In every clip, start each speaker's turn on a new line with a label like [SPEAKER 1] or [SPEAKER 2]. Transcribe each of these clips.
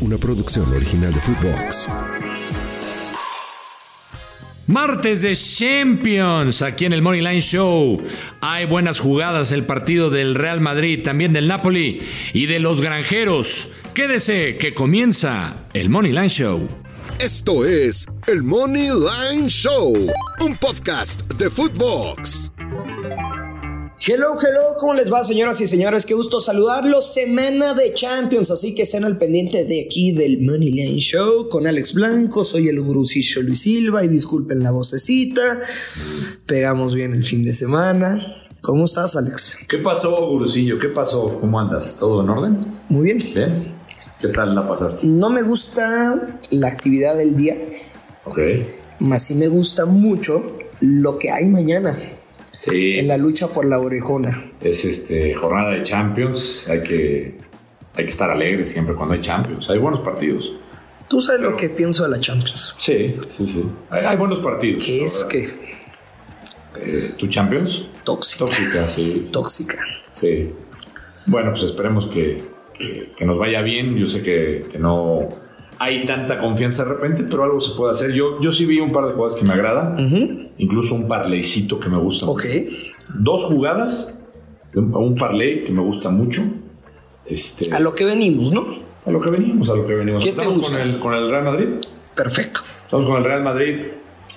[SPEAKER 1] Una producción original de Footbox.
[SPEAKER 2] Martes de Champions, aquí en el Money Line Show. Hay buenas jugadas, el partido del Real Madrid, también del Napoli y de los granjeros. Quédese que comienza el Money Line Show.
[SPEAKER 1] Esto es el Money Line Show, un podcast de Footbox.
[SPEAKER 3] Hello, hello, ¿cómo les va, señoras y señores? Qué gusto saludarlos. Semana de Champions, así que estén al pendiente de aquí del Money Line Show con Alex Blanco. Soy el gurucillo Luis Silva y disculpen la vocecita. Pegamos bien el fin de semana. ¿Cómo estás, Alex?
[SPEAKER 4] ¿Qué pasó, gurucillo? ¿Qué pasó? ¿Cómo andas? ¿Todo en orden?
[SPEAKER 3] Muy bien.
[SPEAKER 4] ¿Bien? ¿Qué tal la pasaste?
[SPEAKER 3] No me gusta la actividad del día.
[SPEAKER 4] Ok.
[SPEAKER 3] Más sí me gusta mucho lo que hay mañana.
[SPEAKER 4] Sí.
[SPEAKER 3] en la lucha por la orejona.
[SPEAKER 4] Es este jornada de Champions, hay que, hay que estar alegre siempre cuando hay Champions, hay buenos partidos.
[SPEAKER 3] Tú sabes Pero, lo que pienso de la Champions.
[SPEAKER 4] Sí, sí, sí. Hay, hay buenos partidos.
[SPEAKER 3] ¿Qué es que?
[SPEAKER 4] Eh, ¿Tu Champions?
[SPEAKER 3] Tóxica.
[SPEAKER 4] Tóxica, sí.
[SPEAKER 3] Tóxica.
[SPEAKER 4] Sí. Bueno, pues esperemos que, que, que nos vaya bien. Yo sé que, que, no hay tanta confianza de repente, pero algo se puede hacer. Yo, yo sí vi un par de jugadas que me agradan. Uh -huh. Incluso un parleycito que me gusta
[SPEAKER 3] Ok.
[SPEAKER 4] Mucho. Dos jugadas, un parley que me gusta mucho. Este,
[SPEAKER 3] a lo que venimos, ¿no?
[SPEAKER 4] A lo que venimos, a lo que venimos. Estamos con el, con el Real Madrid.
[SPEAKER 3] Perfecto.
[SPEAKER 4] Estamos con el Real Madrid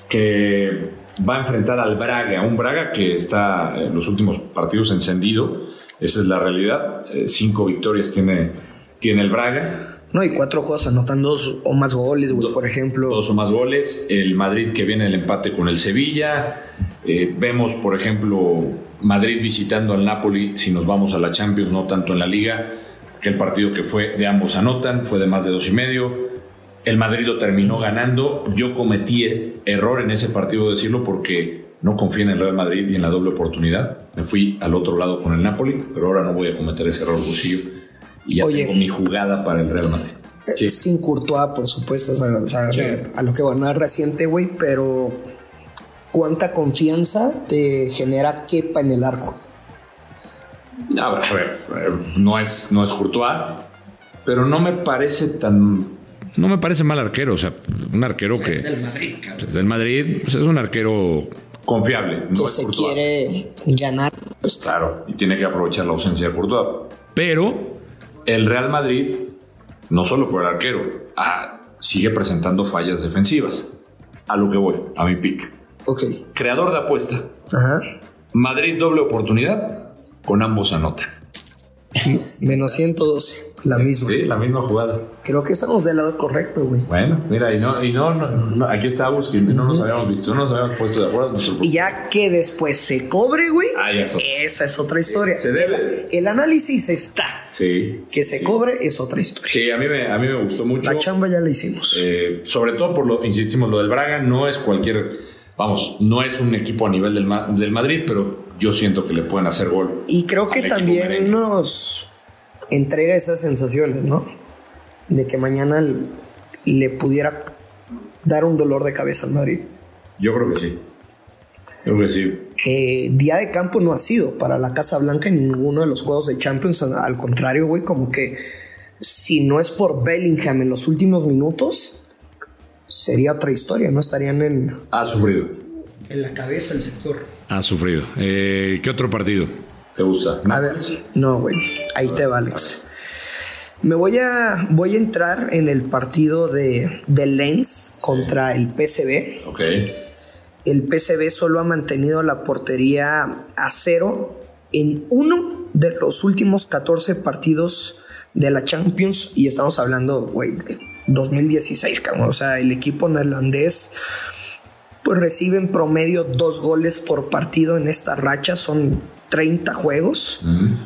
[SPEAKER 4] que va a enfrentar al Braga, un Braga que está en los últimos partidos encendido. Esa es la realidad. Eh, cinco victorias tiene, tiene el Braga.
[SPEAKER 3] No, y cuatro juegos anotan dos o más goles, güey,
[SPEAKER 4] dos,
[SPEAKER 3] por ejemplo.
[SPEAKER 4] Dos o más goles. El Madrid que viene el empate con el Sevilla. Eh, vemos, por ejemplo, Madrid visitando al Napoli, si nos vamos a la Champions, no tanto en la Liga. Aquel partido que fue de ambos anotan, fue de más de dos y medio. El Madrid lo terminó ganando. Yo cometí error en ese partido, decirlo, porque no confié en el Real Madrid y en la doble oportunidad. Me fui al otro lado con el Napoli, pero ahora no voy a cometer ese error, Lucillo y ya Oye, tengo mi jugada para el Real Madrid.
[SPEAKER 3] Sí. Sin Courtois, por supuesto, o sea, sí. a lo que van a reciente, güey, pero ¿cuánta confianza te genera Kepa en el arco?
[SPEAKER 4] A ver, a ver, no es, no es Courtois, pero no me parece tan... No me parece mal arquero, o sea, un arquero o sea, que...
[SPEAKER 3] Es del Madrid, cabrón.
[SPEAKER 4] Es del Madrid, pues es un arquero confiable.
[SPEAKER 3] No que se Courtois. quiere ganar.
[SPEAKER 4] Pues, claro, y tiene que aprovechar la ausencia de Courtois. Pero el Real Madrid, no solo por el arquero, ah, sigue presentando fallas defensivas. A lo que voy, a mi pick.
[SPEAKER 3] Ok.
[SPEAKER 4] Creador de apuesta.
[SPEAKER 3] Ajá.
[SPEAKER 4] Madrid doble oportunidad, con ambos anota.
[SPEAKER 3] Menos 112, la misma.
[SPEAKER 4] Sí, la misma jugada.
[SPEAKER 3] Creo que estamos del lado correcto, güey.
[SPEAKER 4] Bueno, mira, y no, y no, no, no aquí está Agustín, no nos habíamos visto, no nos habíamos puesto de acuerdo. Nuestro...
[SPEAKER 3] Y ya que después se cobre, güey,
[SPEAKER 4] ah,
[SPEAKER 3] esa es otra historia.
[SPEAKER 4] Se debe.
[SPEAKER 3] El, el análisis está.
[SPEAKER 4] Sí.
[SPEAKER 3] Que se
[SPEAKER 4] sí.
[SPEAKER 3] cobre es otra historia.
[SPEAKER 4] Sí, a mí me, a mí me gustó mucho.
[SPEAKER 3] La chamba ya la hicimos.
[SPEAKER 4] Eh, sobre todo por lo, insistimos, lo del Braga no es cualquier, vamos, no es un equipo a nivel del, del Madrid, pero yo siento que le pueden hacer gol.
[SPEAKER 3] Y creo que también merengue. nos entrega esas sensaciones, ¿no? De que mañana le pudiera dar un dolor de cabeza al Madrid.
[SPEAKER 4] Yo creo que sí. Yo creo que sí.
[SPEAKER 3] Que día de campo no ha sido para la Casa Blanca en ninguno de los juegos de Champions. Al contrario, güey, como que si no es por Bellingham en los últimos minutos, sería otra historia, no estarían en...
[SPEAKER 4] Ha sufrido.
[SPEAKER 3] En la cabeza el sector.
[SPEAKER 2] Ha sufrido. Eh, ¿Qué otro partido
[SPEAKER 4] te gusta?
[SPEAKER 3] A ver, no, güey. Ahí te va, Alex. Me voy a, voy a entrar en el partido de, de Lens contra el PCB.
[SPEAKER 4] Ok.
[SPEAKER 3] El PCB solo ha mantenido la portería a cero en uno de los últimos 14 partidos de la Champions. Y estamos hablando, güey, de 2016, cabrón. O sea, el equipo neerlandés pues recibe en promedio dos goles por partido en esta racha, son 30 juegos.
[SPEAKER 4] Uh -huh.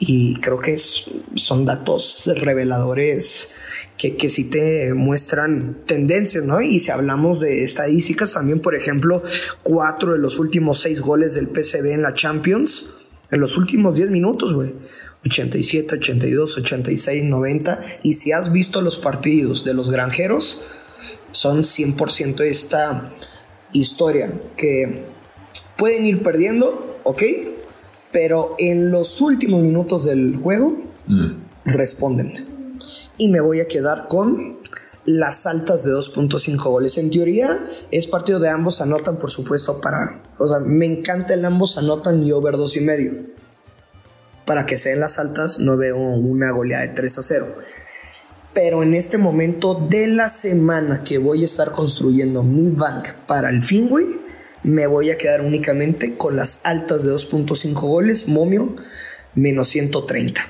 [SPEAKER 3] y creo que es, son datos reveladores que, que sí te muestran tendencias, ¿no? Y si hablamos de estadísticas, también, por ejemplo, cuatro de los últimos seis goles del PCB en la Champions, en los últimos 10 minutos, güey. 87, 82, 86, 90. Y si has visto los partidos de los granjeros, son 100% esta historia que pueden ir perdiendo, ok, pero en los últimos minutos del juego
[SPEAKER 4] Mm.
[SPEAKER 3] responden. Y me voy a quedar con las altas de 2.5 goles. En teoría es partido de ambos anotan, por supuesto, para... O sea, me encanta el ambos anotan y over 2.5. y medio. Para que sean las altas, no veo una goleada de 3 a 0. Pero en este momento de la semana que voy a estar construyendo mi bank para el fin, güey, me voy a quedar únicamente con las altas de 2.5 goles, momio, menos 130.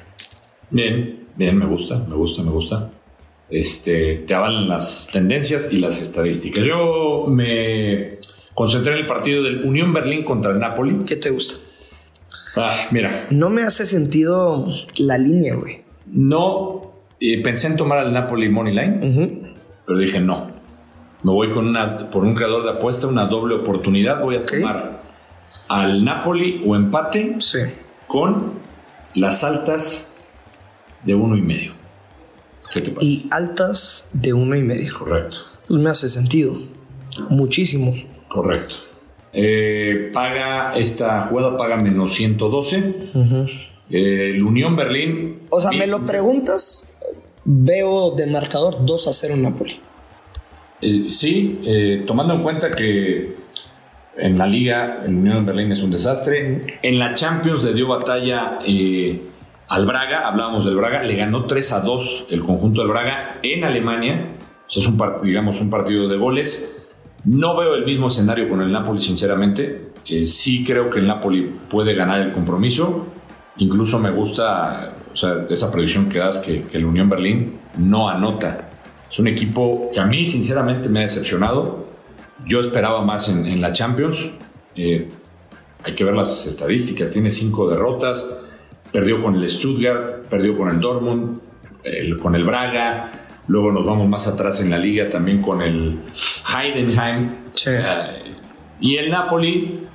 [SPEAKER 4] Bien, bien, me gusta, me gusta, me gusta. Este, te avalan las tendencias y las estadísticas. Yo me concentré en el partido del Unión Berlín contra el Napoli.
[SPEAKER 3] ¿Qué te gusta?
[SPEAKER 4] Ah, mira,
[SPEAKER 3] No me hace sentido la línea, güey.
[SPEAKER 4] no eh, pensé en tomar al Napoli Money Line,
[SPEAKER 3] Ujú.
[SPEAKER 4] pero dije no. Me voy con una, por un creador de apuesta, una doble oportunidad. Voy a
[SPEAKER 3] Ok.
[SPEAKER 4] tomar al Napoli o empate
[SPEAKER 3] Sí.
[SPEAKER 4] con las altas de uno y medio. ¿Qué te parece?
[SPEAKER 3] Y altas de uno y medio.
[SPEAKER 4] Correcto.
[SPEAKER 3] Me hace sentido. Muchísimo.
[SPEAKER 4] Correcto. Eh, paga esta jugada, paga menos 112. Eh, el Unión Berlín.
[SPEAKER 3] O sea, me lo
[SPEAKER 4] Eh,
[SPEAKER 3] preguntas, veo de marcador 2 a 0 en Napoli.
[SPEAKER 4] eh, sí, eh, tomando en cuenta que en la liga el Unión Berlín es un desastre. En la Champions le dio batalla eh, al Braga, hablábamos del Braga, le ganó 3 a 2 el conjunto del Braga en Alemania. O sea, es un par- digamos un partido de goles. No veo el mismo escenario con el Napoli, sinceramente. Eh, sí creo que el Napoli puede ganar el compromiso. Incluso me gusta o sea, esa predicción que das que, que el Unión Berlín no anota. Es un equipo que a mí sinceramente me ha decepcionado. Yo esperaba más en, en la Champions. Eh, hay que ver las estadísticas. Tiene cinco derrotas. Perdió con el Stuttgart, perdió con el Dortmund, el- con el Braga. Luego nos vamos más atrás en la liga también con el Heidenheim.
[SPEAKER 3] Sí.
[SPEAKER 4] O sea, y el Napoli,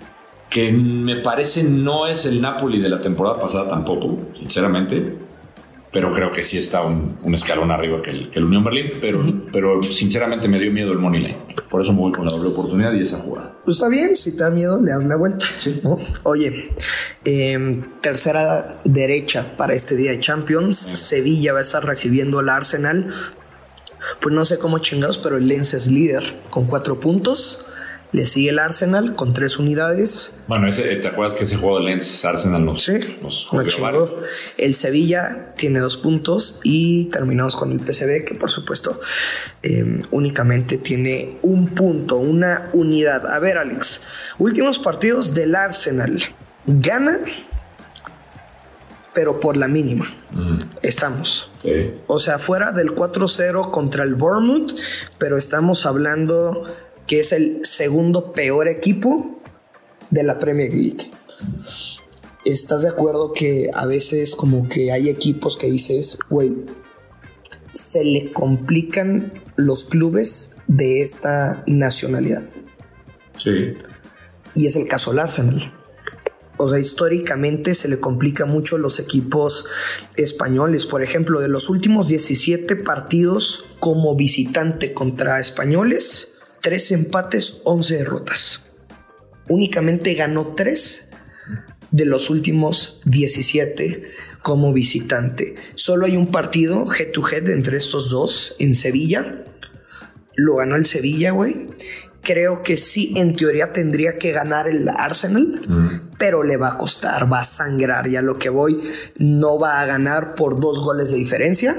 [SPEAKER 4] que me parece no es el Napoli de la temporada pasada tampoco, sinceramente. Pero creo que sí está un, un escalón arriba que el, que el Unión Berlín. Pero, pero sinceramente me dio miedo el Money Line. Por eso me voy con la doble oportunidad y esa jugada.
[SPEAKER 3] Pues está bien, si te da miedo, le das la vuelta. ¿no? Oye, eh, tercera derecha para este día de Champions. Sevilla va a estar recibiendo al Arsenal. Pues no sé cómo chingados, pero el Lens es líder con cuatro puntos. Le sigue el Arsenal con tres unidades.
[SPEAKER 4] Bueno, ese, ¿te acuerdas que ese juego de Lens Arsenal nos,
[SPEAKER 3] Sí,
[SPEAKER 4] nos jodió
[SPEAKER 3] me
[SPEAKER 4] varios?
[SPEAKER 3] chingó. El Sevilla tiene dos puntos y terminamos con el PCB, que por supuesto eh, únicamente tiene un punto, una unidad. A ver, Alex, últimos partidos del Arsenal. Gana, pero por la mínima.
[SPEAKER 4] Mm,
[SPEAKER 3] Estamos.
[SPEAKER 4] sí.
[SPEAKER 3] O sea, fuera del 4-0 contra el Bournemouth, pero estamos hablando que es el segundo peor equipo de la Premier League. ¿Estás de acuerdo que a veces como que hay equipos que dices, güey, se le complican los clubes de esta nacionalidad?
[SPEAKER 4] Sí.
[SPEAKER 3] y es el caso del Arsenal. O sea, históricamente se le complica mucho los equipos españoles. Por ejemplo, de los últimos 17 partidos como visitante contra españoles, 3 empates, 11 derrotas. Únicamente ganó 3 de los últimos 17 como visitante. Solo hay un partido head to head entre estos dos en Sevilla. Lo ganó el Sevilla, güey. Creo que sí, en teoría tendría que ganar el Arsenal,
[SPEAKER 4] Mm.
[SPEAKER 3] pero le va a costar, va a sangrar. Ya lo que voy, no va a ganar por dos goles de diferencia.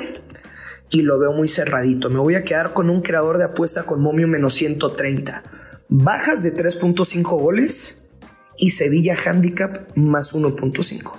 [SPEAKER 3] Y lo veo muy cerradito. Me voy a quedar con un creador de apuesta con Momio menos 130. Bajas de 3.5 goles y Sevilla Handicap más 1.5.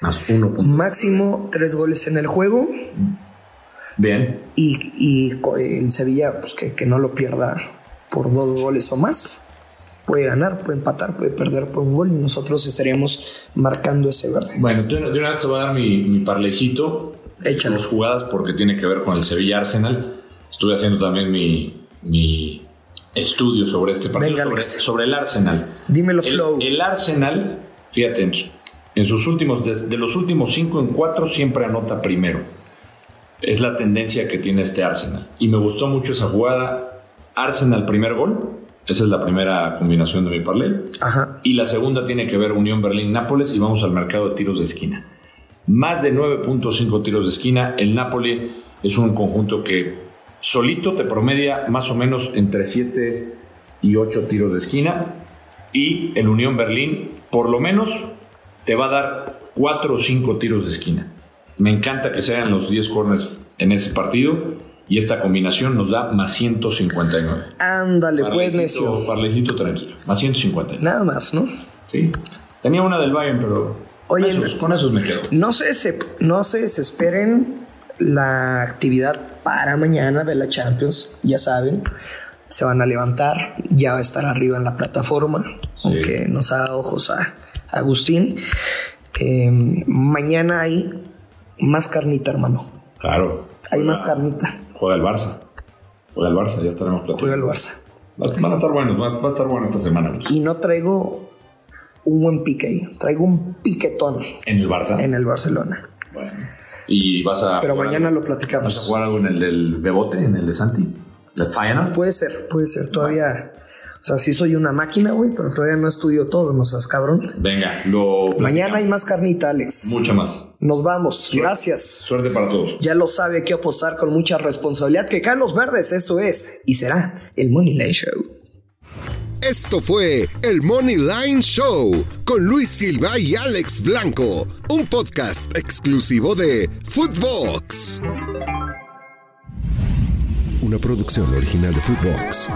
[SPEAKER 4] Más uno.
[SPEAKER 3] Máximo tres goles en el juego.
[SPEAKER 4] Bien.
[SPEAKER 3] Y, y el Sevilla, pues que, que no lo pierda por dos goles o más puede ganar, puede empatar, puede perder por un gol y nosotros estaríamos marcando ese verde.
[SPEAKER 4] Bueno, de una vez te voy a dar mi, mi parlecito. Échalo. Dos jugadas porque tiene que ver con el Sevilla Arsenal. Estuve haciendo también mi, mi estudio sobre este partido, Venga, sobre, sobre, el Arsenal.
[SPEAKER 3] Dímelo,
[SPEAKER 4] el,
[SPEAKER 3] Flow.
[SPEAKER 4] El Arsenal, fíjate, en, en sus últimos, de, de, los últimos cinco en cuatro siempre anota primero. Es la tendencia que tiene este Arsenal. Y me gustó mucho esa jugada. Arsenal, primer gol. Esa es la primera combinación de mi parlé. Y la segunda tiene que ver Unión Berlín-Nápoles y vamos al mercado de tiros de esquina. Más de 9.5 tiros de esquina. El Nápoles es un conjunto que solito te promedia más o menos entre 7 y 8 tiros de esquina. Y el Unión Berlín por lo menos te va a dar 4 o 5 tiros de esquina. Me encanta que sean los 10 corners en ese partido y esta combinación nos da más 159.
[SPEAKER 3] Ándale, pues, necio.
[SPEAKER 4] Parlecito tranquilo, más 159.
[SPEAKER 3] Nada más, ¿no?
[SPEAKER 4] Sí. Tenía una del Bayern, pero Oye, con, esos, con esos me quedo.
[SPEAKER 3] No se, no se desesperen la actividad para mañana de la Champions, ya saben. Se van a levantar, ya va a estar arriba en la plataforma, sí. aunque nos haga ojos a Agustín. Eh, mañana hay más carnita, hermano.
[SPEAKER 4] Claro.
[SPEAKER 3] Hay más carnita
[SPEAKER 4] juega el Barça. Juega el Barça, ya estaremos platicando.
[SPEAKER 3] Juega el Barça.
[SPEAKER 4] Van a estar buenos, va a estar bueno esta semana. Pues.
[SPEAKER 3] Y no traigo un buen pique ahí, traigo un piquetón.
[SPEAKER 4] ¿En el Barça?
[SPEAKER 3] En el Barcelona.
[SPEAKER 4] Bueno. Y vas a.
[SPEAKER 3] Pero mañana algo, lo platicamos.
[SPEAKER 4] ¿Vas a jugar algo en el del Bebote, en el de Santi? ¿De Final?
[SPEAKER 3] Puede ser, puede ser. Todavía. O sea, sí soy una máquina, güey, pero todavía no estudio todo, no seas cabrón.
[SPEAKER 4] Venga, lo. Platicamos.
[SPEAKER 3] Mañana hay más carnita, Alex.
[SPEAKER 4] Mucha más.
[SPEAKER 3] Nos vamos.
[SPEAKER 4] Suerte.
[SPEAKER 3] Gracias.
[SPEAKER 4] Suerte para todos.
[SPEAKER 3] Ya lo sabe que apostar con mucha responsabilidad que Carlos Verdes, esto es y será el Money Line Show.
[SPEAKER 1] Esto fue el Money Line Show con Luis Silva y Alex Blanco, un podcast exclusivo de Footbox.
[SPEAKER 5] Una producción original de Footbox.